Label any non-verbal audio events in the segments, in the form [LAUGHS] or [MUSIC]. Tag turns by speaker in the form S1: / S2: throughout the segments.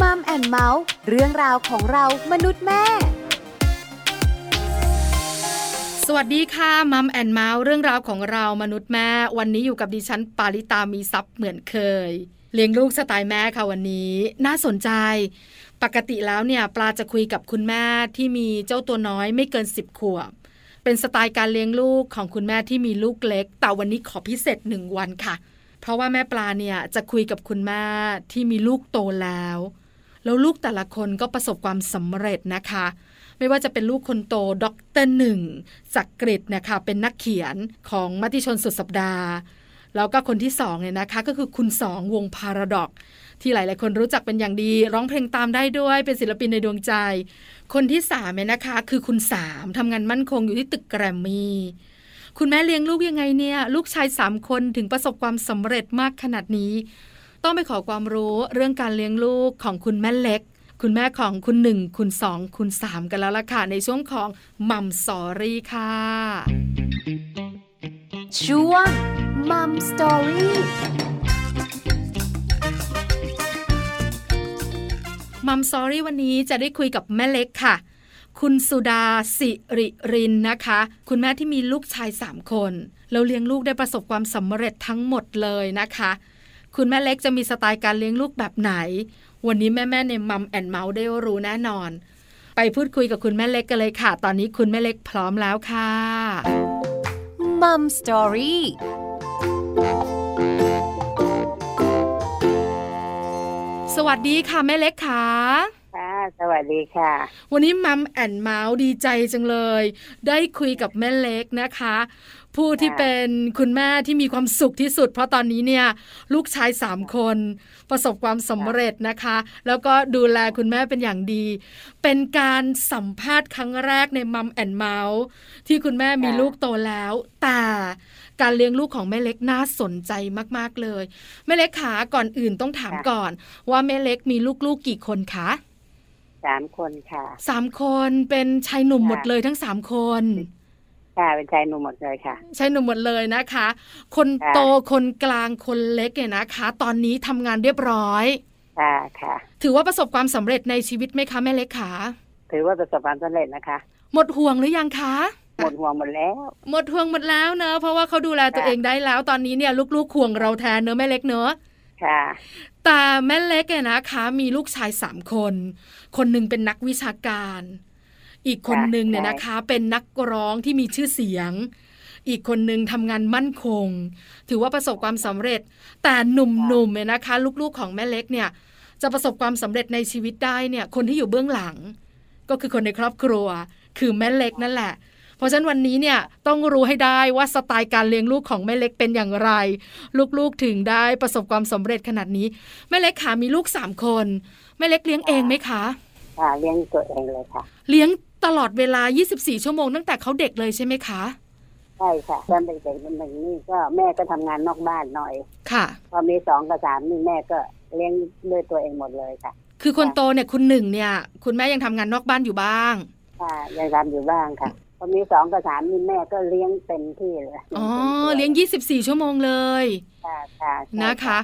S1: มัมแอนเมาส์เรื่องราวของเรามนุษย์แม่
S2: สวัสดีค่ะมัมแอนเมาส์เรื่องราวของเรามนุษย์แม่ วันนี้อยู่กับดิฉันปาริตามีซับเหมือนเคย เลี้ยงลูกสไตล์แม่ค่ะวันนี้ น่าสนใจ ปกติแล้วเนี่ยปลาจะคุยกับคุณแม่ที่มีเจ้าตัวน้อยไม่เกิน 10ขวบ เป็นสไตล์การเลี้ยงลูกของคุณแม่ที่มีลูกเล็ก แต่วันนี้ขอพิเศษหนึ่งวันค่ะ เพราะว่าแม่ปลาเนี่ยจะคุยกับคุณแม่ที่มีลูกโตแล้ว แล้วลูกแต่ละคนก็ประสบความสำเร็จนะคะ ไม่ว่าจะเป็นลูกคนโตด็อกเตอร์หนึ่งจักริดนะคะเป็นนักเขียนของมติชนสุดสัปดาห์ แล้วก็คนที่สองเนี่ยนะคะ ก็คือคุณสองวงพาราดอกที่หลาย ๆ คนรู้จักเป็นอย่างดี ร้องเพลงตามได้ด้วยเป็นศิลปินในดวงใจ คนที่สามเนี่ยนะคะ คือคุณสามทำงานมั่นคงอยู่ที่ตึกแกรมมี่ คุณแม่เลี้ยงลูกยังไงเนี่ย ลูกชายสามคนถึงประสบความสำเร็จมากขนาดนี้ ต้องไปขอความรู้เรื่องการเลี้ยงลูกของคุณแม่เล็ก คุณแม่ของคุณหนึ่งคุณสองคุณสามกันแล้วล่ะค่ะในช่วงของมัมสอรี่ค่ะ
S1: ช่วงมัมสตอรี่
S2: มัมสอรี่วันนี้จะได้คุยกับแม่เล็กค่ะ คุณสุดาสิริรินนะคะ คุณแม่ที่มีลูกชายสามคนแล้วเลี้ยงลูกได้ประสบความสำเร็จทั้งหมดเลยนะคะ คุณแม่เล็กจะมีสไตล์การเลี้ยงลูกแบบไหน วันนี้แม่ ๆ ในมัมแอนเมาส์ได้รู้แน่นอน ไปพูดคุยกับคุณแม่เล็กกันเลยค่ะ ตอนนี้คุณแม่เล็กพร้อมแล้วค่ะ
S1: มัมสตอรี่
S2: สวัสดีค่ะแม่เล็กค่ะ
S3: ค่ะสวัสดีค่ะ
S2: วันนี้มัมแอนเมาส์ดีใจจังเลย ได้คุยกับแม่เล็กนะคะ ผู้ที่เป็นคุณแม่ที่มีความสุขที่สุด เพราะตอนนี้เนี่ยลูกชายสามคน ประสบความสำเร็จนะคะ แล้วก็ดูแลคุณแม่เป็นอย่างดี เป็นการสัมภาษณ์ครั้งแรกในมัมแอนเมาส์ที่คุณแม่มี
S3: ค่ะ
S2: ลูกโตแล้ว แต่การเลี้ยงลูกของแม่เล็กน่าสนใจมากๆเลยแม่เล็กขาก่อนอื่นต้องถามก่อน ว่าแม่เล็กมีลูกๆกี่คนคะ
S3: สามคนค่ะ
S2: สามคนเป็นชายหนุ่ม
S3: ค่ะ
S2: หมดเลยทั้งสามคน
S3: ค่ะเป็นชายหนุ่มหมดเลยค่ะ
S2: ชายหนุ่มหมดเลยนะคะ คน
S3: ค่ะ
S2: โตคนกลางคนเล็กเนี่ยนะคะ ตอนนี้ทำงานเรียบร้อย
S3: ค่ะค่ะ
S2: ถือว่าประสบความสำเร็จในชีวิตไหมคะแม่เล็กขา
S3: ถือว่าประสบความสำเร็จนะคะ
S2: หมดห่วงหรือยังคะ
S3: หมดห่วงหมดแล้ว
S2: หมดห่วงหมดแล้วเนอะเพราะว่าเขาดูแลตัว
S3: ค่ะ
S2: เองได้แล้ว ตอนนี้เนี่ยลูกๆห่วงเราแทนเนอะแม่เล็กเนอะ
S3: ค่ะ
S2: แต่แม่เล็กเนี่ยนะคะ มีลูกชายสามคน คนหนึ่งเป็นนักวิชาการ อีกคนหนึ่งเนี่ยนะคะ เป็นนักร้องที่มีชื่อเสียง อีกคนหนึ่งทำงานมั่นคง ถือว่าประสบความสำเร็จ แต่หนุ่มๆเนี่ยนะคะ ลูกๆของแม่เล็กเนี่ย จะประสบความสำเร็จในชีวิตได้เนี่ย คนที่อยู่เบื้องหลัง ก็คือคนในครอบครัว คือแม่เล็กนั่นแหละ เพราะฉะนั้นวันนี้เนี่ยต้องรู้ให้ได้ว่าสไตล์การเลี้ยงลูกของแม่เล็กเป็นอย่างไร ลูกๆถึงได้ประสบความสำเร็จขนาดนี้แม่เล็กขามีลูกสามคนแม่เล็กเลี้ยงเองไหมคะ
S3: ค่ะเลี้ยงตัวเองเลยค่ะ
S2: เลี้ยงตลอดเวลา 24 ชั่วโมงตั้งแต่เขาเด็กเลยใช่ไหมคะ
S3: ใช่ค่ะตอนเด็กๆคนหนึ่งนี่ก็แม่ก็ทำงานนอกบ้านหน่อย
S2: ค่ะ
S3: พอมีสองกับสามนี่แม่ก็เลี้ยงด้วยตัวเองหมดเลยค่ะ
S2: คือคนโตเนี่ยคุณหนึ่งเนี่ย คุณแม่ยังทำงานนอกบ้านอยู่บ้าง
S3: ค่ะยังทำอยู่บ้างค่ะ พอมีสองกับสามนี่แม่ก็เลี้ยงเต็มที่เลย
S2: อ๋อ เลี้ยง 24 ชั่วโมงเลย
S3: ค่ะค่ะใช่
S2: นะคะ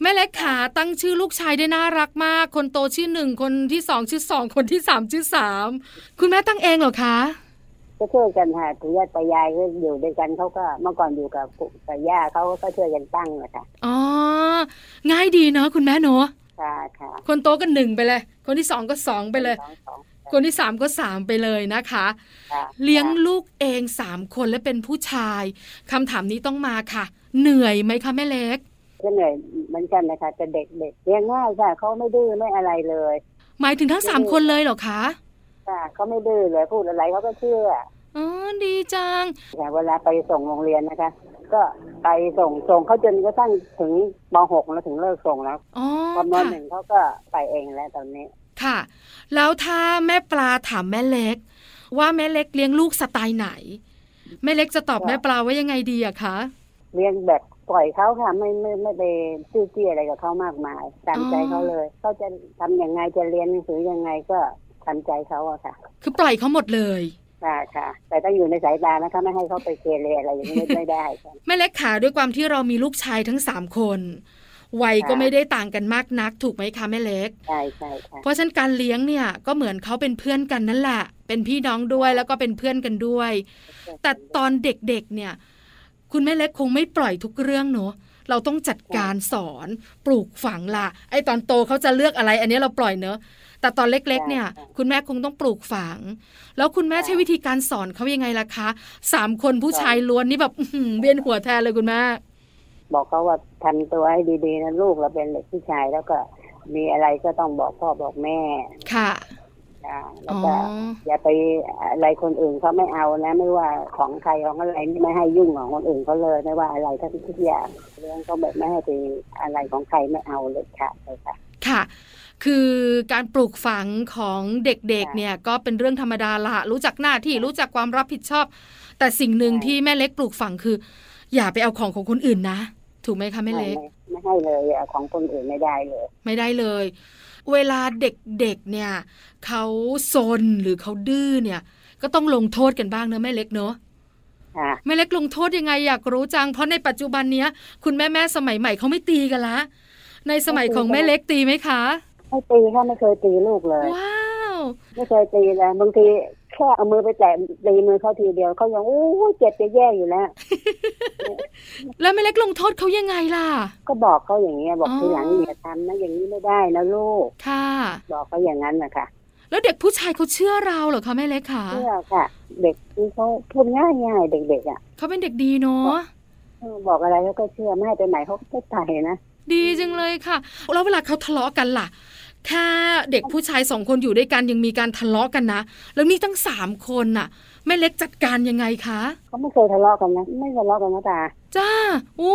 S2: แม่เล็กขาตั้งชื่อลูกชายได้น่ารักมาก คนโตชื่อหนึ่งคนที่สองชื่อสองคนที่สามชื่อสามคุณแม่ตั้งเองเหรอคะ
S3: ก็ช่วยกันค่ะคุณย่าตายายก็อยู่ด้วยกันเขาก็เมื่อก่อนอยู่กับปู่กับย่าเขาก็ช่วยกันตั้งเลยค่ะ
S2: อ๋อ ง่ายดีเนาะคุณแม่เนาะ
S3: ค่ะค่ะ
S2: คนโตก็หนึ่งไปเลย คนที่สองก็สองไปเลย
S3: สองสอง
S2: คนที่สามก็สามไปเลยนะคะ
S3: ค่ะ
S2: เลี้ยงลูกเองสามคนและเป็นผู้ชายคำถามนี้ต้องมาค่ะ เหนื่อยไหมคะแม่เล็ก
S3: ก็เหนื่อยเหมือนกันนะคะแต่เด็กเด็กเลี้ยงง่ายค่ะเขาไม่ดื้อไม่อะไรเลย
S2: หมายถึงทั้งสามคนเลยเหรอคะ
S3: ค่ะเขาไม่ดื้อเลยพูดอะไรเขาก็เชื่อ
S2: อ๋อดีจัง
S3: แต่เวลาไปส่งโรงเรียนนะคะ ก็ไปส่งส่งเขาจนกระทั่งถึงม .6 แล้วถึงเลิกส่งแล้ว
S2: อ๋อ
S3: พอม
S2: ค่ะ
S3: .1 เขาก็ไปเองแล้วตอนนี้
S2: ค่ะ แล้วถ้าแม่ปลาถามแม่เล็ก ว่าแม่เล็กเลี้ยงลูกสไตล์ไหน แม่เล็กจะตอบ
S3: ค่ะ
S2: แม่ปลาว่ายังไงดีอะคะ
S3: เลี้ยงแบบปล่อยเขาค่ะไม่ไม่ไม่ไปจู้จี้อะไรกับเขามากมายตามใจเขาเลยเขาจะทำยังไงจะเรียนหนังสือยังไงก็ทำใจเขาอะค่ะ
S2: คือปล่อยเขาหมดเลย
S3: ค่ะค่ะ แต่ต้องอยู่ในสายตานะคะไม่ให้เขาไปเกเรอะไรอย่างนี้ไม่ได้ค่ะ
S2: แม่เล็กขาด้วยความที่เรามีลูกชายทั้งสามคน วัย
S3: ค่ะ
S2: ก็ไม่ได้ต่างกันมากนัก ถูกไหมคะแม่เล็ก
S3: ใช่ใช่ค่ะ
S2: เพราะฉะนั้นการเลี้ยงเนี่ยก็เหมือนเขาเป็นเพื่อนกันนั่นแหละ เป็นพี่น้องด้วยแล้วก็เป็นเพื่อนกันด้วย แต่ตอนเด็กๆ เนี่ย คุณแม่เล็กคงไม่ปล่อยทุกเรื่องเนอะเราต้องจัดการสอนปลูกฝังละไอตอนโตเขาจะเลือกอะไร อันนี้เราปล่อยเนอะแต่ตอนเล็ก ๆ เนี่ย คุณแม่คงต้องปลูกฝัง แล้วคุณแม่ใช้วิธีการสอนเขายังไงล่ะคะสามคนผู้ชายล้วนนี่แบบอื้อหือเวียนหัวแทนเลยคุณแม่
S3: บอกเขาว่าทำตัวให้ดีๆนะลูกเราเป็นเด็กผู้ชายแล้วก็ มีอะไรก็ต้องบอกพ่อบอกแม่
S2: ค่ะ
S3: นะแล้
S2: อ๋
S3: ว
S2: อ
S3: ก็อย่าไปอะไรคนอื่นเขาไม่เอานะ ไม่ว่าของใครของอะไรนี่ไม่ให้ยุ่งของคนอื่นเขาเลยไม่ว่าอะไรทั้งทุกอย่างเรื่องก็แบบไม่ให้ไปอะไรของใครไม่เอาเลยค่ะเลยค่ะ
S2: ค่ะ คือการปลูกฝังของเด็กๆ
S3: ค่ะ
S2: เนี่ยก็เป็นเรื่องธรรมดาละรู้จักหน้าที่รู้จักความรับผิดชอบ แต่สิ่งหนึ่ง
S3: ใช่
S2: ที่แม่เล็กปลูกฝังคือ อย่าไปเอาของของคนอื่นนะ ถูกไหมคะแม่เล็ก
S3: ไม่ให้เลยอะของคนอื่นไม่ได้เลย
S2: ไม่ได้เลย เวลาเด็กๆ เนี่ยเขาซนหรือเขาดื้อเนี่ย ก็ต้องลงโทษกันบ้างเนอะแม่เล็กเนอะ
S3: ค่ะ
S2: แม่เล็กลงโทษยังไงอยากรู้จัง เพราะในปัจจุบันเนี้ย คุณแม่แม่ๆสมัยใหม่เขาไม่ตีกันละ ในสมัยของแม่เล็กตีไหมคะ
S3: ไม่ตีค่ะไม่เคยตีลูกเลย
S2: ว้าว
S3: ไม่เคยตีเลยบางทีแค่เอามือไปแตะตีมือเขาทีเดียวเขายังอู้เจ็บจะแย่อยู่แล้ว
S2: แล้วแม่เล็กลงโทษเขายังไงล่ะ
S3: ก็บอกเขาอย่างเงี้ยบอก
S2: อ๋อ
S3: ทีหลังอย่าทำนะอย่างนี้ไม่ได้นะลูก
S2: ค่ะ
S3: บอกเขาอย่างนั้นนะคะ
S2: แล้วเด็กผู้ชายเขาเชื่อเราเหรอคะแม่เล็กคะ
S3: เชื่อค่ะ เด็กนี่เขาพูดง่ายง่ายๆเด็กๆอ่ะ
S2: เขาเป็นเด็กดีเนาะ
S3: เออบอกอะไรเขาก็เชื่อไม่ให้ไปไหนเขาก็ไม่ไปนะ
S2: ดีจังเลยค่ะแล้วเวลาเขาทะเลาะกันล่ะแค่เด็กผู้ชายสองคนอยู่ด้วยกันยังมีการทะเลาะกันนะ แล้วนี่ตั้งสามคนน่ะแม่เล็กจัดการยังไงคะ
S3: เขาไม่เคยทะเลาะกันนะไม่ทะเลาะกันนะตา
S2: จ้าโอ้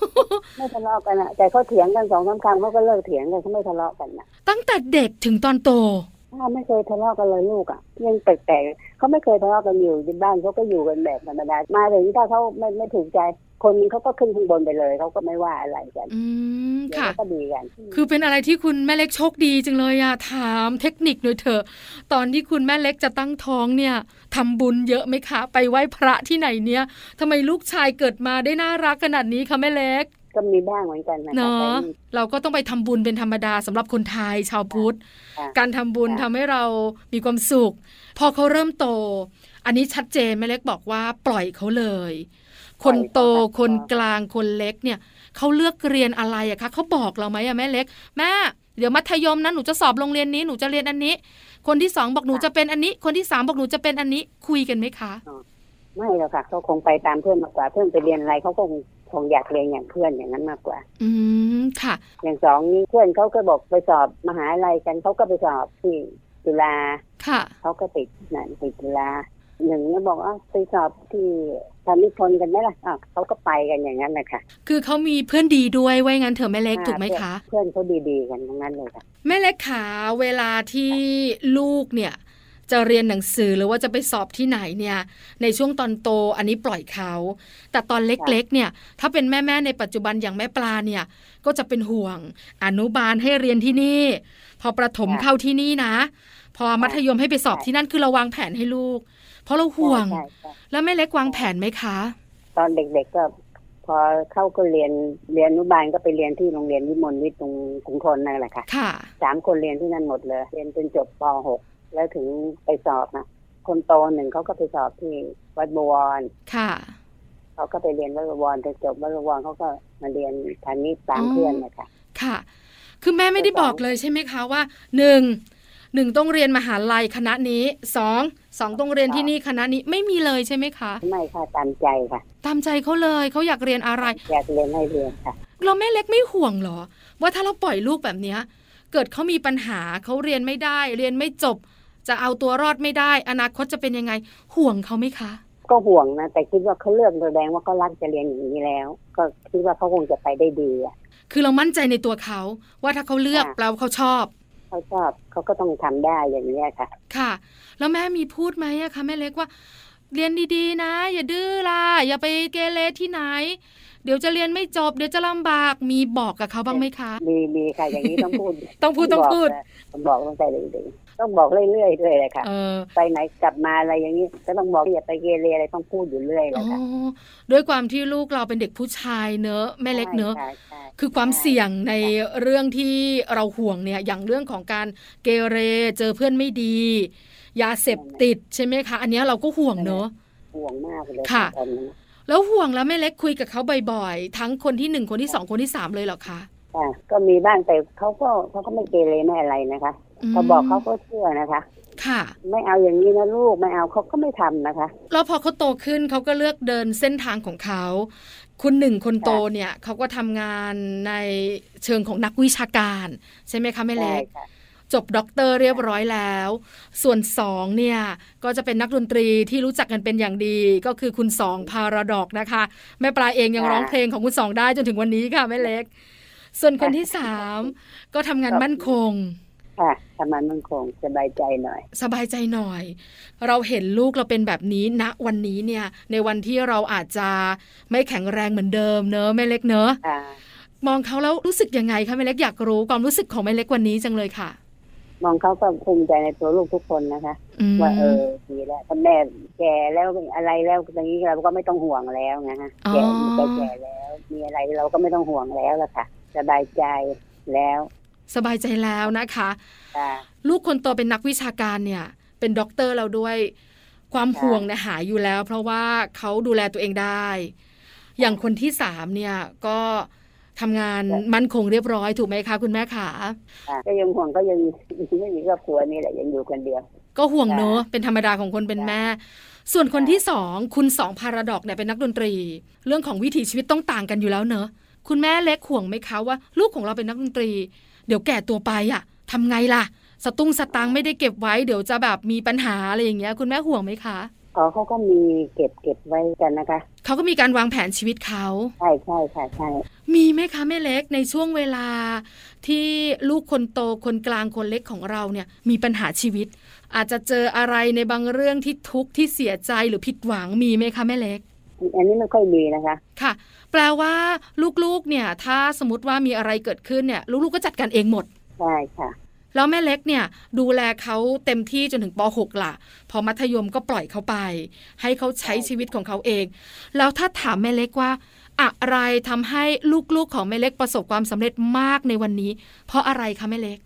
S2: [LAUGHS]
S3: ไม่ทะเลาะกันอะแต่เขาเถียงกันสองสามครั้งเขาก็เลิกเถียงกันเขาไม่ทะเลาะกันนะ
S2: ตั้งแต่เด็กถึงตอนโต
S3: ถ้าไม่เคยทะเลาะกันเลยลูกอ่ะยังแปลกๆเขาไม่เคยทะเลาะกันอยู่ที่บ้านเขาก็อยู่กันแบบธรรมดามาถึงถ้าเขาไม่ไม่ถูกใจ คนนี้เขาก็ขึ้นข้างบนไปเลยเขาก็ไม่ว่าอะไรกัน
S2: อืม
S3: เดี๋ยว
S2: ค่ะ
S3: เขาก็ดีกัน
S2: คือเป็นอะไรที่คุณแม่เล็กโชคดีจังเลยอะถามเทคนิคหน่อยเถอะตอนที่คุณแม่เล็กจะตั้งท้องเนี่ยทำบุญเยอะไหมคะ ไปไหว้พระที่ไหนเนี่ยทำไมลูกชายเกิดมาได้น่ารักขนาดนี้คะแม่เล็ก
S3: ก็มีบ้างเหมือนกันนะคะ
S2: เนาะ
S3: แต่
S2: เราก็ต้องไปทำบุญเป็นธรรมดาสำหรับคนไทยชาวพุทธ
S3: ค่ะ
S2: การทำบุญ
S3: ค่ะ
S2: ทำให้เรามีความสุข พอเขาเริ่มโต อันนี้ชัดเจนแม่เล็กบอกว่าปล่อยเขาเลย คนโตคนกลางคนเล็กเนี่ยเขาเลือกเรียนอะไรอะคะเขาบอกเราไหมอะแม่เล็ก แม่ เดี๋ยวมัธยมนะหนูจะสอบโรงเรียนนี้หนูจะเรียนอันนี้ คนที่สองบอกหนูจะเป็นอันนี้ คนที่สามบอกหนูจะเป็นอันนี้คุยกันไหมคะ
S3: ไม่หรอกค่ะเขาคงไปตามเพื่อนมากกว่าเพื่อนไปเรียนอะไรเขาคงคงอยากเรียนอย่างเพื่อนอย่างนั้นมากกว่า
S2: อืมค่ะ
S3: อย่างสองนี้เพื่อนเขาก็บอกไปสอบมหาลัยกันเขาก็ไปสอบที่จุฬา
S2: ค่ะ
S3: เขาก็ติดนั่นติดจุฬาหนึ่งก็บอกว่าไปสอบที่ธนิพนธ์กันไหมล่ะอ้าวเขาก็ไปกันอย่างนั้นนะคะ
S2: คือเขามีเพื่อนดีด้วยไว้งั้นเถอะแม่เล็กถูกไหมคะ
S3: เพื่อนเขาดีๆกันทั้งนั้นเลยค่ะ
S2: แม่เล็กขาเวลาที่ลูกเนี่ย จะเรียนหนังสือหรือว่าจะไปสอบที่ไหนเนี่ย ในช่วงตอนโตอันนี้ปล่อยเขา แต่ตอนเล็กๆ เนี่ย ถ้าเป็นแม่ๆในปัจจุบันอย่างแม่ปลาเนี่ย ก็จะเป็นห่วง อนุบาลให้เรียนที่นี่ พอประถมเข้าที่นี่นะ พอมัธยมให้ไปสอบที่นั่นคือเราวางแผนให้ลูก เพราะเราห่วง
S3: ใช่ใช่
S2: แล้วแม่เล็กวางแผนไหมคะ
S3: ตอนเด็กๆก็ พอเข้าก็เรียนเรียนอนุบาลก็ไปเรียนที่โรงเรียนวิมลวิทย์ตรงกรุงทนนั่นแหละค่ะ
S2: ค่ะ
S3: สามคนเรียนที่นั่นหมดเลย เรียนจนจบป .6 แล้วถึงไปสอบนะคนโตหนึ่งเขาก็ไปสอบที่วัดบวร
S2: ค่ะ
S3: เขาก็ไปเรียนวัดบวรจนจบวัดบวรเขาก็มาเรียนทางนี้ตามเพื่อนนะคะ
S2: ค่ะ คือแม่ไม่ได้บอกเลยใช่ไหมคะว่าหนึ่งหนึ่งต้องเรียนมหาลัยคณะนี้สองสองต้องเรียนที่นี่คณะนี้ไม่มีเลยใช่ไหมคะ
S3: ไม่ค่ะตามใจค่ะ
S2: ตามใจเขาเลยเขาอยากเรียนอะไร
S3: อยากเรียนให้เรียนค่ะ
S2: เราแม่เล็กไม่ห่วงเหรอ ว่าถ้าเราปล่อยลูกแบบเนี้ย เกิดเขามีปัญหาเขาเรียนไม่ได้ เรียนไม่จบ จะเอาตัวรอดไม่ได้ อนาคตจะเป็นยังไง ห่วงเขาไหมคะ
S3: ก็ห่วงนะ แต่คิดว่าเขาเลือกแสดงว่าเขารักจะเรียนอย่างนี้แล้ว ก็คิดว่าเขาคงจะไปได้ดีอะ
S2: คือเรามั่นใจในตัวเขาว่าถ้าเขาเลือก
S3: ค่ะ
S2: แปลว่าเขาชอบ
S3: เขาชอบเขาก็ต้องทำได้อย่างนี้ยค่ะ
S2: ค่ะ แล้วแม่มีพูดไหมอะคะแม่เล็กว่า เรียนดีๆ นะ อย่าดื้อล่ะอย่าไปเกเรที่ไหน เดี๋ยวจะเรียนไม่จบ เดี๋ยวจะลำบากมีบอกกับเขาบ้างไหมคะ
S3: มีมีค่ะอย่างนี้ต้องพูด
S2: [LAUGHS] ต้องพูดต้องพูด
S3: ต้องบอกนะผมบอกตั้งแต่เด็กๆต้องบอกเรื่อยๆด้วยเลยค่ะ
S2: เออ
S3: ไปไหนกลับมาอะไรอย่างนี้ก็ต้องบอกอย่าไปเกเรอะไรต้องพูดอยู่เรื่อยเล
S2: อ๋
S3: ย
S2: อ
S3: ค่ะ
S2: ด้วยความที่ลูกเราเป็นเด็กผู้ชายเนอะแม่เล็กเนอะ
S3: ใช่ใช่
S2: คือความเสี่ยงในเรื่องที่เราห่วงเนี่ยอย่างเรื่องของการเกเรเจอเพื่อนไม่ดี ยาเสพติดใช่ไหมคะ อันเนี้ยเราก็ห่วงเนอะ
S3: ห่วงมากเลย
S2: ค่ะ
S3: ตอนนี้
S2: แล้วห่วงแล้วแม่เล็กคุยกับเขาบ่อยๆ ทั้งคนที่หนึ่งคนที่สองคนที่สามเลยเหรอคะ
S3: ค่ะก็มีบ้างแต่เขาก็เขาก็ไม่เกเรไม่อะไรนะคะ
S2: ม
S3: พอบอกเขาก็เชื่อนะคะ
S2: ค่ะ
S3: ไม่เอาอย่างนี้นะลูกไม่เอาเขาก็ไม่ทำนะคะ
S2: แล้วพอเขาโตขึ้นเขาก็เลือกเดินเส้นทางของเขาคนหนึ่งคนโตเนี่ยเขาก็ทำงานในเชิงของนักวิชาการ ใช่ไหมคะแม่เล็ก
S3: ใช่ค่ะ
S2: จบด็อกเตอร์เรียบร้อยแล้ว ส่วนสองเนี่ย ก็จะเป็นนักดนตรีที่รู้จักกันเป็นอย่างดี ก็คือคุณสองพาราดอกนะคะ แม่ปลาเองยังร้องเพลงของคุณสองได้จนถึงวันนี้ค่ะแม่เล็ก ส่วนคนที่สามก็ทำงานมั่นคง
S3: ค่ะทำมันมั่นคงสบายใจหน่อย
S2: สบายใจหน่อย เราเห็นลูกเราเป็นแบบนี้ณวันนี้เนี่ย ในวันที่เราอาจจะไม่แข็งแรงเหมือนเดิมเนอะแม่เล็กเนอะ
S3: อ่า
S2: มองเขาแล้วรู้สึกยังไงคะแม่เล็กอยากรู้ความรู้สึกของแม่เล็กวันนี้จังเลยค่ะ
S3: มองเขาก็ภูมิใจในตัวลูกทุกคนนะคะ
S2: ม
S3: ว่าเออดีแล้วถ้าแม่แก่แล้วอะไรแล้วอย่างนี้เราก็ไม่ต้องห่วงแล้วนะฮะแก่มีแต่แก่แล้ว มีอะไรเราก็ไม่ต้องห่วงแล้วละค่ะสบายใจแล้ว
S2: สบายใจแล้วนะคะ
S3: ค่ะ
S2: ลูกคนโตเป็นนักวิชาการเนี่ย เป็นด็อกเตอร์เราด้วย ความ
S3: ค่ะ
S2: ห่วงเนี่ยหายอยู่แล้ว เพราะว่าเขาดูแลตัวเองได้ อย่างคนที่สามเนี่ยก็ทำงานมั่นคงเรียบร้อยถูกไหมคะคุณแม่ขา
S3: ค่ะก็ยังห่วงก็ยัง [LAUGHS] ไม่มีครอบครัวนี่แหละยังอยู่คนเดียว
S2: ก็ห่วง
S3: ค่ะ
S2: เนอะเป็นธรรมดาของคนเป็น
S3: ค่ะ
S2: แม่ ส่วนคน
S3: ค่ะ
S2: ที่สองคุณสองพาราดอกเนี่ยเป็นนักดนตรี เรื่องของวิถีชีวิตต้องต่างกันอยู่แล้วเนอะคุณแม่เล็กห่วงไหมคะว่า ลูกของเราเป็นนักดนตรี เดี๋ยวแก่ตัวไปอะทำไงล่ะ สตุ้งสตังค์ไม่ได้เก็บไว้เดี๋ยวจะแบบมีปัญหาอะไรอย่างเงี้ย คุณแม่ห่วงไหมคะ
S3: อ๋อเขาก็มีเก็บเก็บไว้กันนะคะ
S2: เขาก็มีการวางแผนชีวิตเขา
S3: ใช่ใช่ค่ะใช่
S2: มีไหมคะแม่เล็กในช่วงเวลา ที่ลูกคนโตคนกลางคนเล็กของเราเนี่ยมีปัญหาชีวิต อาจจะเจออะไรในบางเรื่องที่ทุกข์ที่เสียใจหรือผิดหวังมีไหมคะแม่เล็ก
S3: อันนี้ไม่ค่อยมีนะคะ
S2: ค่ะ แปลว่าลูกๆ เนี่ย ถ้าสมมติว่ามีอะไรเกิดขึ้นเนี่ย ลูกๆ ก็จัดการเองหมด
S3: ใช่ค่ะ
S2: แล้วแม่เล็กเนี่ย ดูแลเขาเต็มที่จนถึงป .6 ล่ะ พอมัธยมก็ปล่อยเขาไป ให้เขาใช้ชีวิตของเขาเอง แล้วถ้าถามแม่เล็กว่า อะไรทำให้ลูกๆ ของแม่เล็กประสบความสำเร็จมากในวันนี้ เพราะอะไรคะแม่เล็ก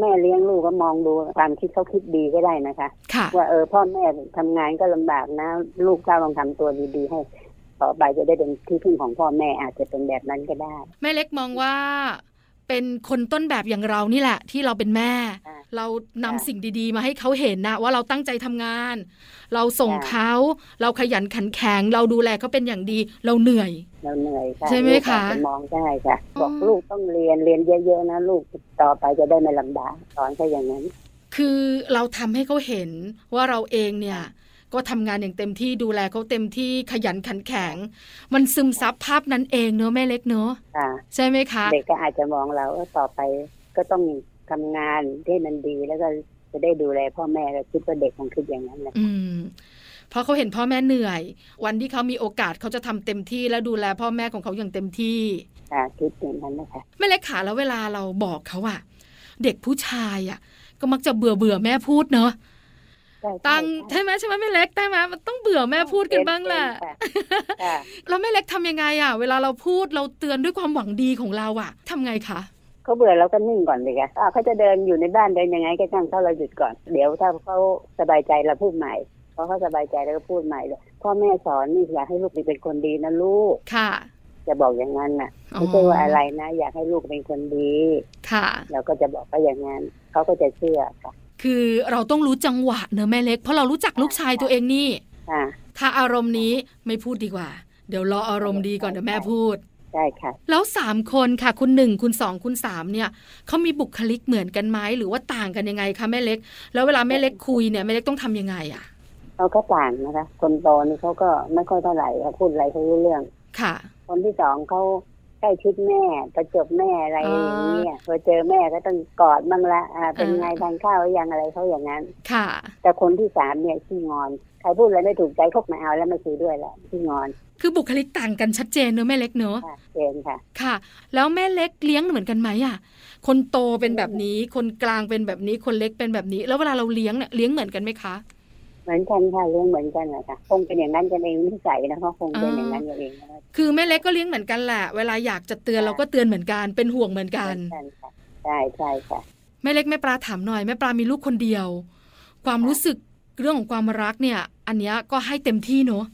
S3: แม่เลี้ยงลูกก็มองดูความคิดเขาคิดดีก็ได้นะคะ
S2: ค่ะ
S3: ว่าเออพ่อแม่ทำงานก็ลำบากนะ ลูกเจ้าลองทำตัวดีๆให้ต่อไปจะได้เป็นที่พึ่งของพ่อแม่อาจจะเป็นแบบนั้นก็ได้
S2: แม่เล็กมองว่า เป็นคนต้นแบบอย่างเรานี่แหละ ที่เราเป็นแม่
S3: อ่า
S2: เรานำ
S3: อ่า
S2: สิ่งดีๆ มาให้เขาเห็นนะว่าเราตั้งใจทำงาน เราส่ง
S3: อ่า
S2: เขาเราขยันขันแข็ง เราดูแลเขาเป็นอย่างดี เราเหนื่อย
S3: เราเหนื่อยค่ะ
S2: ใช่ไหม
S3: ลูกอาจ
S2: คะ
S3: จมองได้ค่ะ บอก
S2: อ๋อ
S3: ลูกต้องเรียนเรียนเยอะๆนะลูกต่อไปจะได้ไม่ลำบากสอนแค่อย่างนั้น
S2: คือเราทำให้เขาเห็นว่าเราเองเนี่ย ก็ทำงานอย่างเต็มที่ดูแลเขาเต็มที่ขยันขันแข็ง มันซึมซับภาพนั้นเองเนอะแม่เล็กเนอะ
S3: ค่ะ
S2: ใช่ไหมคะ
S3: เด็กก็อาจจะมองเราเออต่อไปก็ต้องทำงานที่มันดีแล้วก็จะได้ดูแลพ่อแม่ก็คิดว่าเด็กคงคิดอย่างนั้นแหละ
S2: อืมเพราะเขาเห็นพ่อแม่เหนื่อย วันที่เขามีโอกาสเขาจะทำเต็มที่และดูแลพ่อแม่ของเขาอย่างเต็มที่
S3: ค่ะคิดอย่างนั้นนะคะ
S2: แม่เล็กขาแล้วเวลาเราบอกเขาอะเด็กผู้ชายอะก็มักจะเบื่อเบื่อแม่พูดเนาะตั้งใช่ไหมใช่ไหมแม่เล็กได้ไหมมันต้องเบื่อแม่พูดกันบ้างแหละ
S3: ค่ะ
S2: แล้วแม่เล็กทำยังไงอะเวลาเราพูดเราเตือนด้วยความหวังดีของเราอะทำไงคะ
S3: เขาเบื่อเราก็นิ่งก่อนเลยค่ะอ่าเขาจะเดินอยู่ในบ้านเดินยังไงก็ช่างเขาเราหยุดก่อน เดี๋ยวถ้าเขาสบายใจเราพูดใหม่พอเขาสบายใจเราก็พูดใหม่เลยพ่อแม่สอนนี่อยากให้ลูกเป็นคนดีนะลูก
S2: ค่ะ
S3: จะบอกอย่างนั้นน่ะไม่ใช่ว่าอะไรนะ อยากให้ลูกเป็นคนดี
S2: ค่ะ
S3: เราก็จะบอกไปอย่างนั้นเขาก็จะเชื่อค่ะ
S2: คือเราต้องรู้จังหวะเนอะแม่เล็ก เพราะเรารู้จักลูกชายตัวเองนี่
S3: ค่ะ
S2: ถ้าอารมณ์นี้ไม่พูดดีกว่า เดี๋ยวรออารมณ์ดีก่อนเดี๋ยวแม่พูด
S3: ใช่ค่ะ
S2: แล้วสามคนค่ะคุณหนึ่งคุณสองคุณสามเนี่ยเขามีบุคลิกเหมือนกันไหมหรือว่าต่างกันยังไงคะแม่เล็ก แล้วเวลาแม่เล็กคุยเนี่ยแม่เล็กต้องทำยังไงอะ
S3: เขาก็ต่างนะคะ คนโตนี่เขาก็ไม่ค่อยเท่าไหร่เขาพูดอะไรเขารู้เรื่อง
S2: ค่ะ
S3: คนที่สองเขาใกล้ชิดแม่ประจบแม่อะไรอย่างเงี้ยพอเจอแม่ก็ต้องกอดบ้างละอ่าเป็นไง
S2: อ่า
S3: ทานข้าวหรือยังอะไรเขาอย่างนั้น
S2: ค่ะ
S3: แต่คนที่สามเนี่ยขี้งอน ใครพูดอะไรไม่ถูกใจเขาไม่เอาแล้วไม่คุยด้วยละขี้งอน
S2: คือบุคลิกต่างกันชัดเจนเนอะแม่เล็กเนอะ
S3: ค่ะเจนค่ะ
S2: ค่ะ แล้วแม่เล็กเลี้ยงเหมือนกันไหมอ่ะ คนโตเป็นแบบนี้ คนกลางเป็นแบบนี้ คนเล็กเป็นแบบนี้ แล้วเวลาเราเลี้ยงเนี่ยเลี้ยงเหมือนกันไหมคะ
S3: เหมือนกันค่ะเรื่องเหมือนกันแหละค่ะคงเป็นอย่างนั้นกันเองนิสัยนะคะคงเป็นอย่างนั้นกันเองนะคะ
S2: คือแม่เล็กก็เลี้ยงเหมือนกันแหละ เวลาอยากจะเตือนเราก็เตือนเหมือนกัน เป็นห่วงเหมือนกัน
S3: เหมือนกันค่ะใช่ใช่ค่ะ
S2: แม่เล็กแม่ปลาถามหน่อยแม่ปลามีลูกคนเดียว ความ
S3: ค่ะ
S2: รู้สึกเรื่องของความรักเนี่ย อันเนี้ยก็ให้เต็มที่เนอะ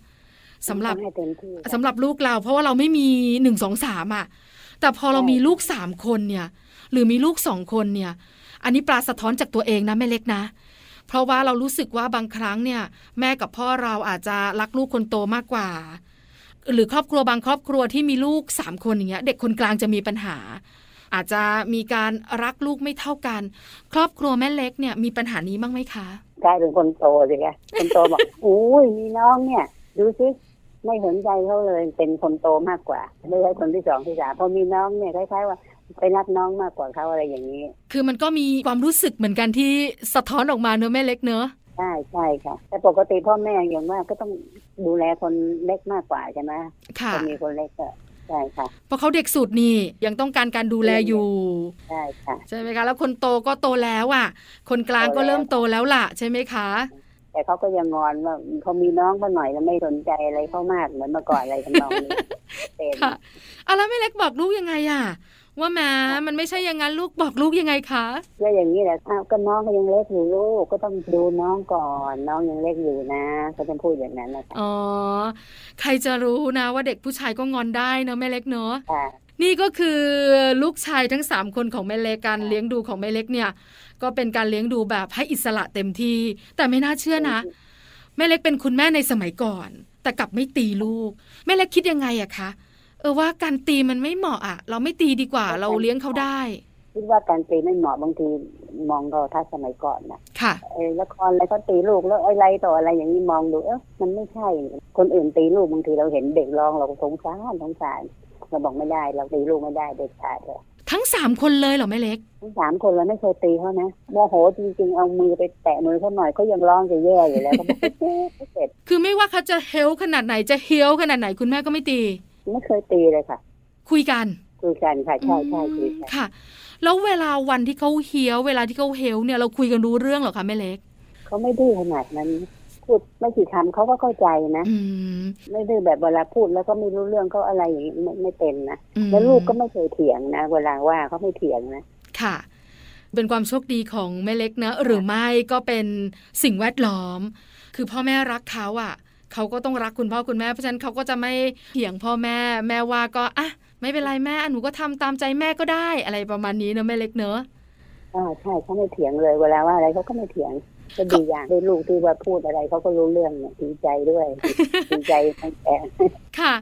S2: สำหรับ
S3: ต้องให้เต็มที่ค่ะ
S2: สำหรับลูกเรา เพราะว่าเราไม่มีหนึ่งสองสามอ่ะ แต่พอเรา
S3: ใช่
S2: มีลูกสามคนเนี่ย หรือมีลูกสองคนเนี่ย อันนี้ปลาสะท้อนจากตัวเองนะแม่เล็กนะ เพราะว่าเรารู้สึกว่าบางครั้งเนี่ย แม่กับพ่อเราอาจจะรักลูกคนโตมากกว่า หรือครอบครัวบางครอบครัวที่มีลูกสามคนอย่างเงี้ยเด็กคนกลางจะมีปัญหา อาจจะมีการรักลูกไม่เท่ากัน ครอบครัวแม่เล็กเนี่ยมีปัญหานี้บ้างไหมคะ
S3: กลายเป็นคนโตสิคะคนโต
S2: [LAUGHS]
S3: บอก อุ้ยมีน้องเนี่ย ดูสิไม่สนใจเขาเลยเป็นคนโตมากกว่า ไม่ใช่คนที่สองที่สามพอมีน้องเนี่ยคล้ายๆว่าไปรักน้องมากกว่าเขาอะไรอย่างนี้
S2: คือมันก็มีความรู้สึกเหมือนกันที่สะท้อนออกมาเนอะแม่เล็กเนอะ
S3: ใช่ใช่ค่ะ แต่ปกติพ่อแม่อย่างว่าก็ต้องดูแลคนเล็กมากกว่าใช่ไหม
S2: ค่ะ
S3: จะมีคนเล็กก็ใช่ค่ะ
S2: เพราะเขาเด็กสุดนี่ยังต้องการการดูแลอยู่
S3: ใช่ค่ะ
S2: ใช่ไหมคะ แล้วคนโตก็โตแล้วอ่ะ คนกลางก็
S3: โตแล้ว
S2: เริ่มโตแล้วล่ะ ใช่ไหมคะ
S3: แต่เขาก็ยังงอนว่าเขามีน้องเขาหน่อยแล้วไม่สนใจอะไรเขามากเหมือนเมื่อก่อนอะไรทำนอง
S2: [LAUGHS]
S3: นี้เป็น
S2: ค่ะเอาแล้วแม่เล็กบอกลูกยังไงอ่ะ ว่าแหม้มันไม่ใช่อย่างนั้นลูกบอกลูกยังไงคะ
S3: ก็อย่างนี้แหละอ้าวก็น้องก็ยังเล็กอยู่ลูกก็ต้องดูน้องก่อน น้องยังเล็กอยู่นะก็จะพูดอย่างนั้นนะคะ
S2: อ๋อ ใครจะรู้นะว่าเด็กผู้ชายก็งอนได้เนอะแม่เล็กเนอะ
S3: ค่ะ
S2: นี่ก็คือลูกชายทั้ง 3 คนของแม่เล็กการ
S3: ค่ะ
S2: เลี้ยงดูของแม่เล็กเนี่ย ก็เป็นการเลี้ยงดูแบบให้อิสระเต็มที่ แต่ไม่น่าเชื่อนะ แม่เล็กเป็นคุณแม่ในสมัยก่อน แต่กลับไม่ตีลูก แม่เล็กคิดยังไงอะคะเออว่าการตีมันไม่เหมาะอะเราไม่ตีดีกว่าเราเลี้ยงเขาได้
S3: คิดว่าการตีไม่เหมาะบางทีมองเราถ้าสมัยก่อนนะ
S2: ค่ะ
S3: เออละครอะไรเขาตีลูกแล้วอะไรต่ออะไรอย่างนี้มองดูเอ๊ะมันไม่ใช่ คนอื่นตีลูกบางทีเราเห็นเด็กร้องเราก็สงสารสงสารเราบอกไม่ได้ เราตีลูกไม่ได้เด็กขาดเลย
S2: ทั้ง 3 คนเลยเหรอแม่เล็ก
S3: ทั้งสามคนเราไม่เคยตีเขานะโมโหจริงๆเอามือไปแตะมือเขาหน่อยเขายังร้องจะแย่อยู่แล้วเขาบอก [LAUGHS] เจ็บเจ็บ
S2: คือไม่ว่าเขาจะเฮลขนาดไหนจะเฮี้ยวขนาดไหนคุณแม่ก็ไม่ตี
S3: ไม่เคยตีเลยค่ะ
S2: คุยกัน
S3: คุยกันค่ะใช่ใช่คุยกัน
S2: ค่ะ แล้วเวลาวันที่เขาเฮี้ยวเวลาที่เขาเฮลเนี่ยเราคุยกันรู้เรื่องเหรอคะแม่เล็ก
S3: เขาไม่ดื้อขนาดนั้นพูดไม่กี่คำเขาก็เข้าใจนะ
S2: อืม
S3: ไม่ดื้อแบบเวลาพูดแล้วก็ไม่รู้เรื่องเขาอะไรอย่างนี้ไม่ไม่เป็นนะ
S2: อืม
S3: แล้วลูกก็ไม่เคยเถียงนะ เวลาว่าเขาไม่เถียงนะ
S2: ค่ะ เป็นความโชคดีของแม่เล็กนะ หรือไม่ก็เป็นสิ่งแวดล้อม คือพ่อแม่รักเขาอะ่ะเขาก็ต้องรักคุณพ่อคุณแม่เพราะฉะนั้นเขาก็จะไม่เถียงพ่อแม่ แม่ว่าก็อ่ะไม่เป็นไรแม่หนูก็ทำตามใจแม่ก็ได้อะไรประมาณนี้เนอะแม่เล็กเนอะ
S3: อ่าใช่เขาไม่เถียงเลย เวลาว่าอะไรเขาก็ไม่เถียงก็ดีอย่างได้ลูกที่ว่าพูดอะไรเขาก็รู้เรื่องเนี่ยดีใจด้วย
S2: [LAUGHS]
S3: ดีใจทั้งแต่
S2: ค่ะ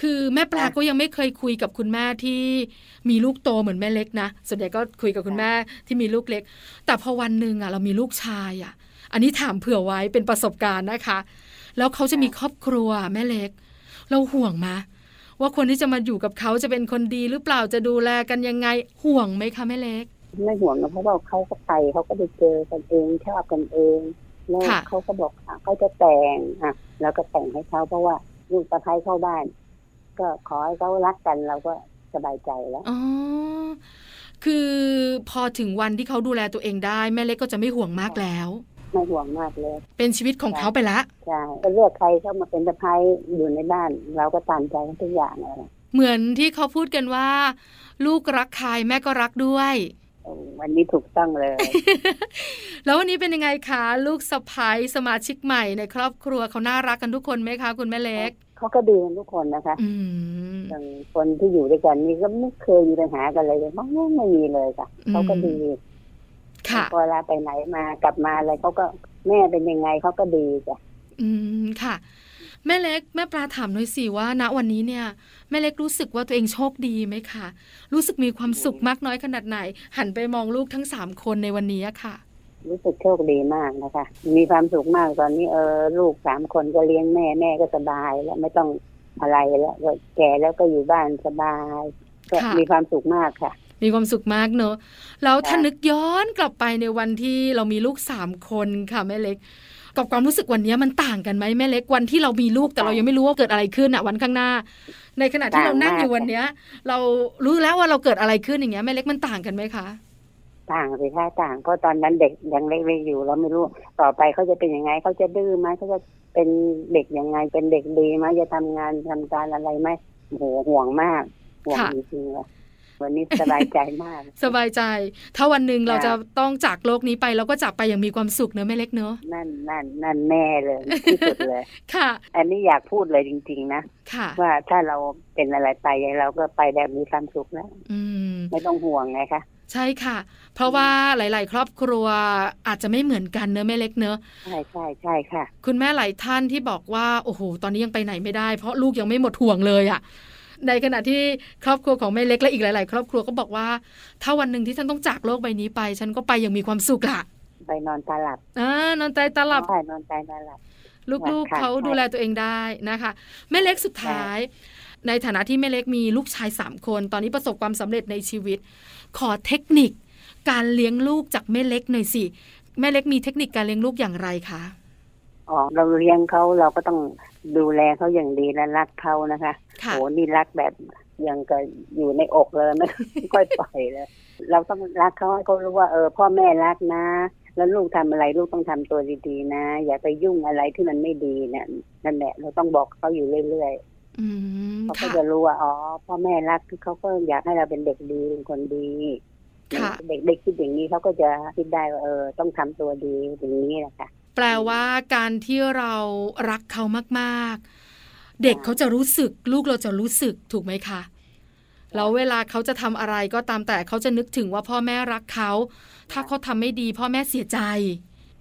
S2: คือแม่ปลาก็ยังไม่เคยคุยกับคุณแม่ที่มีลูกโตเหมือนแม่เล็กนะ ส่วนใหญ่ก็คุยกับคุณแม่ที่มีลูกเล็ก แต่พอวันหนึ่งอ่ะเรามีลูกชายอ่ะ อันนี้ถามเผื่อไว้เป็นประสบการณ์นะคะ แล้วเขาจะมีครอบครัวแม่เล็ก เราห่วงไหมว่าคนที่จะมาอยู่กับเขาจะเป็นคนดีหรือเปล่าจะดูแลกันยังไงห่วงไหมคะแม่เล็ก
S3: ไม่ห่วงนะเพราะว่าเขาก็ไปเขาก็ไปเจอกันเองชอบกันเองแล้ว
S2: ค่ะ
S3: เขาก็บอกอ่ะเขาจะแต่งอ่ะเราก็แต่งให้เขาเพราะว่าลูกสะพ้ายเข้าบ้าน ก็ขอให้เขารักกันเราก็สบายใจแล้ว
S2: อ๋อ คือพอถึงวันที่เขาดูแลตัวเองได้ แม่เล็กก็จะไม่ห่วงมากแล้ว
S3: ไม่ห่วงมากเลย
S2: เป็นชีวิตของเขาไปละ
S3: ใช่ก็เลือกใครเข้ามาเป็นสะพ้ายอยู่ในบ้าน เราก็ตามใจเขาทุกอย่างเลย
S2: เหมือนที่เขาพูดกันว่า ลูกรักใครแม่ก็รักด้วย
S3: เออวันนี้ถูกต้องเลย
S2: [LAUGHS] แล้ววันนี้เป็นยังไงคะ ลูกสะพ้ยสมาชิกใหม่ในครอบครัวเขาน่ารักกันทุกคนไหมคะ คุณแม่เล็ก
S3: เขาก็ดีกันทุกคนนะคะ
S2: อืม
S3: อย่างคนที่อยู่ด้วยกันนี่ก็ไม่เคยมีปัญหากันเลยไม่ไม่มีเลยค่ะ
S2: อืม
S3: เขาก็ดี
S2: ค่ะ
S3: เวลาไปไหนมากลับมาอะไรเขาก็แม่เป็นยังไงเขาก็ดีจ้ะ
S2: อืมค่ะ แม่เล็กแม่ปลาถามหน่อยสิว่า ณวันนี้เนี่ยแม่เล็กรู้สึกว่าตัวเองโชคดีไหมคะรู้สึกมีความสุขมากน้อยขนาดไหน หันไปมองลูกทั้งสามคนในวันนี้อะค่ะ
S3: รู้สึกโชคดีมากนะคะ มีความสุขมากตอนนี้เออลูกสามคนก็เลี้ยงแม่แม่ก็สบายแล้วไม่ต้องอะไรแล้วก็แก่แล้วก็อยู่บ้านสบายก็
S2: ค่ะ
S3: มีความสุขมากค่ะ
S2: มีความสุขมากเนอะแล้วถ้า
S3: ค่ะ
S2: นึกย้อนกลับไปในวันที่เรามีลูกสามคนค่ะแม่เล็ก กับความรู้สึกวันนี้มันต่างกันไหมแม่เล็กวันที่เรามีลูกแต่เรายังไม่รู้ว่าเกิดอะไรขึ้นอ่ะวันข้างหน้า ในขณะที่เรานั่งอยู่วันเนี้ย เรารู้แล้วว่าเราเกิดอะไรขึ้นอย่างเงี้ยแม่เล็กมันต่างกันไหมคะ
S3: ต่างสิคะต่างเพราะตอนนั้นเด็กยังเล็กๆอยู่เราไม่รู้ต่อไปเขาจะเป็นยังไงเขาจะดื้อไหมเขาจะเป็นเด็กยังไงเป็นเด็กดีไหมจะทำงานทำการอะไรไหมโอ้โหห่วงมากห่วง
S2: ค่ะ
S3: จริงๆเลยวันนี้สบายใจมาก
S2: สบายใจ ถ้าวันหนึ่งเรา
S3: ค่ะ
S2: จะต้องจากโลกนี้ไปเราก็จากไปอย่างมีความสุขเนอะแม่เล็กเนอะ
S3: นั่นนั่นนั่นแม่เลยที่สุด
S2: [LAUGHS]
S3: เลย
S2: ค่ะ
S3: อันนี้อยากพูดเลยจริง ๆ นะ
S2: ค่ะ
S3: ว่าถ้าเราเป็นอะไรไปเราก็ไปแบบมีความสุขแล้ว
S2: อืม
S3: ไม่ต้องห่วงไงคะ
S2: ใช่ค่ะ เพราะว่าหลาย ๆ ครอบครัวอาจจะไม่เหมือนกันเนอะแม่เล็กเนอะ
S3: ใช่ใช่ใช่ค่ะ
S2: คุณแม่หลายท่านที่บอกว่าโอ้โหตอนนี้ยังไปไหนไม่ได้ เพราะลูกยังไม่หมดห่วงเลยอะ่ะ ในขณะที่ครอบครัวของแม่เล็กและอีกหลาย ๆ ครอบครัวก็บอกว่า ถ้าวันหนึ่งที่ฉันต้องจากโลกใบนี้ไป ฉันก็ไปอย่างมีความสุขละ
S3: ไปนอนตาหลับ
S2: อ่านอนใจตาหลับ
S3: ใช่นอนตาตาหลับ
S2: ลูก
S3: ค่ะ
S2: ๆเขาดูแลตัวเองได้นะคะแม่เล็กสุดท้าย ในฐานะที่แม่เล็กมีลูกชายสามคน ตอนนี้ประสบความสำเร็จในชีวิต ขอเทคนิค การเลี้ยงลูกจากแม่เล็กหน่อยสิแม่เล็กมีเทคนิคการเลี้ยงลูกอย่างไรคะ
S3: ๋อเราเลี้ยงเขาเราก็ต้องดูแลเขาอย่างดีและรักเขานะคะ
S2: ค่ะ
S3: โหนี่รักแบบยังก็อยู่ในอกเลย [LAUGHS] ไม่ ไม่ค่อยปล่อยเลย เราต้องรักเขาให้เขารู้ว่าเออพ่อแม่รักนะ แล้วลูกทำอะไรลูกต้องทำตัวดีๆนะ อย่าไปยุ่งอะไรที่มันไม่ดีเนี่ยนั่นแหละเราต้องบอกเขาอยู่เรื่อยๆ
S2: อืม
S3: เขาก็
S2: ค่ะ
S3: จะรู้ว่าอ๋อพ่อแม่รักเขาก็อยากให้เราเป็นเด็กดีเป็นคนดี
S2: ค่ะ
S3: เด็กเด็กคิดอย่างนี้เขาก็จะคิดได้ว่าเออ ต้องทำตัวดีอย่างนี้แหละค่ะ
S2: แปลว่าการที่เรารักเขามาก ๆ เด็กเขาจะรู้สึก ลูกเราจะรู้สึกถูกไหมคะแล้วเวลาเขาจะทำอะไรก็ตามแต่เขาจะนึกถึงว่าพ่อแม่รักเขาถ้าเขาทำไม่ดีพ่อแม่เสียใจ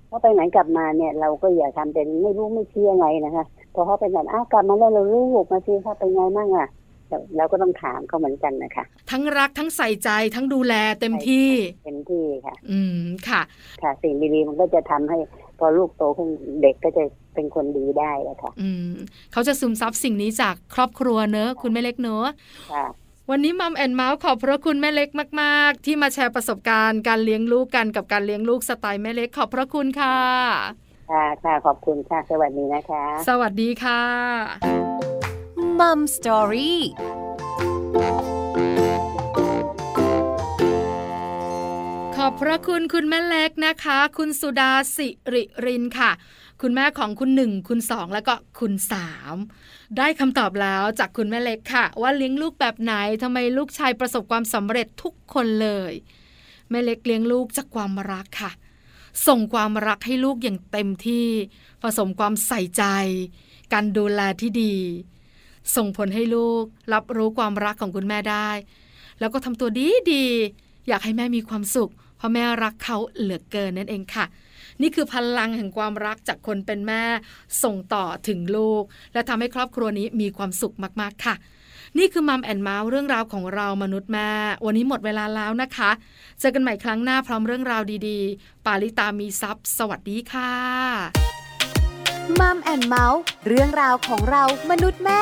S3: เพราะไปไหนกลับมาเนี่ยเราก็อย่าทำเป็นไม่รู้ไม่เชื่อไงนะคะพอเขาไปไหนอ้าวกลับมาแล้วเราลูกมาสิค่ะเป็นไงบ้างอ่ะแต่เราก็ต้องถามเขาเหมือนกันนะคะ
S2: ทั้งรักทั้งใส่ใจทั้งดูแลเต็มที่
S3: เป็นที่ค่ะ
S2: อืมค่ะ
S3: ค่ะ สิ่งดีๆมันก็จะทำให้ พอลูกโตขึ้นเด็กก็จะเป็นคนดีได้แล้วค่ะ
S2: อืมเขาจะซึมซับสิ่งนี้จากครอบครัวเนอะคุณแม่เล็กเนอะ
S3: ค่ะ
S2: วันนี้มัมแอนเมาส์ขอบพระคุณแม่เล็กมาก ๆ ที่มาแชร์ประสบการณ์การเลี้ยงลูกกันกับการเลี้ยงลูกสไตล์แม่เล็กขอบพระคุณค่ะ
S3: ค่ะค่ะขอบคุณค่ะสวัสดีนะคะ
S2: สวัสดีค่ะ
S1: มัมสตอรี่
S2: ขอบพระคุณคุณแม่เล็กนะคะ คุณสุดาสิริรินค่ะ คุณแม่ของคุณหนึ่งคุณสองแล้วก็คุณสามได้คำตอบแล้วจากคุณแม่เล็กค่ะ ว่าเลี้ยงลูกแบบไหนทำไมลูกชายประสบความสำเร็จทุกคนเลย แม่เล็กเลี้ยงลูกจากความรักค่ะ ส่งความรักให้ลูกอย่างเต็มที่ผสมความใส่ใจ การดูแลที่ดี ส่งผลให้ลูก รับรู้ความรักของคุณแม่ได้ แล้วก็ทำตัวดีดีๆอยากให้แม่มีความสุข เพราะแม่รักเขาเหลือเกินนั่นเองค่ะ นี่คือพลังแห่งความรักจากคนเป็นแม่ ส่งต่อถึงลูก และทำให้ครอบครัวนี้มีความสุขมาก ๆ ค่ะ นี่คือมัมแอนเมาส์เรื่องราวของเรามนุษย์แม่ วันนี้หมดเวลาแล้วนะคะ เจอกันใหม่ครั้งหน้าพร้อมเรื่องราวดีๆ ปาลิตามีซัพย์สวัสดีค่ะ
S1: มัมแอนเมาส์เรื่องราวของเรามนุษย์แม่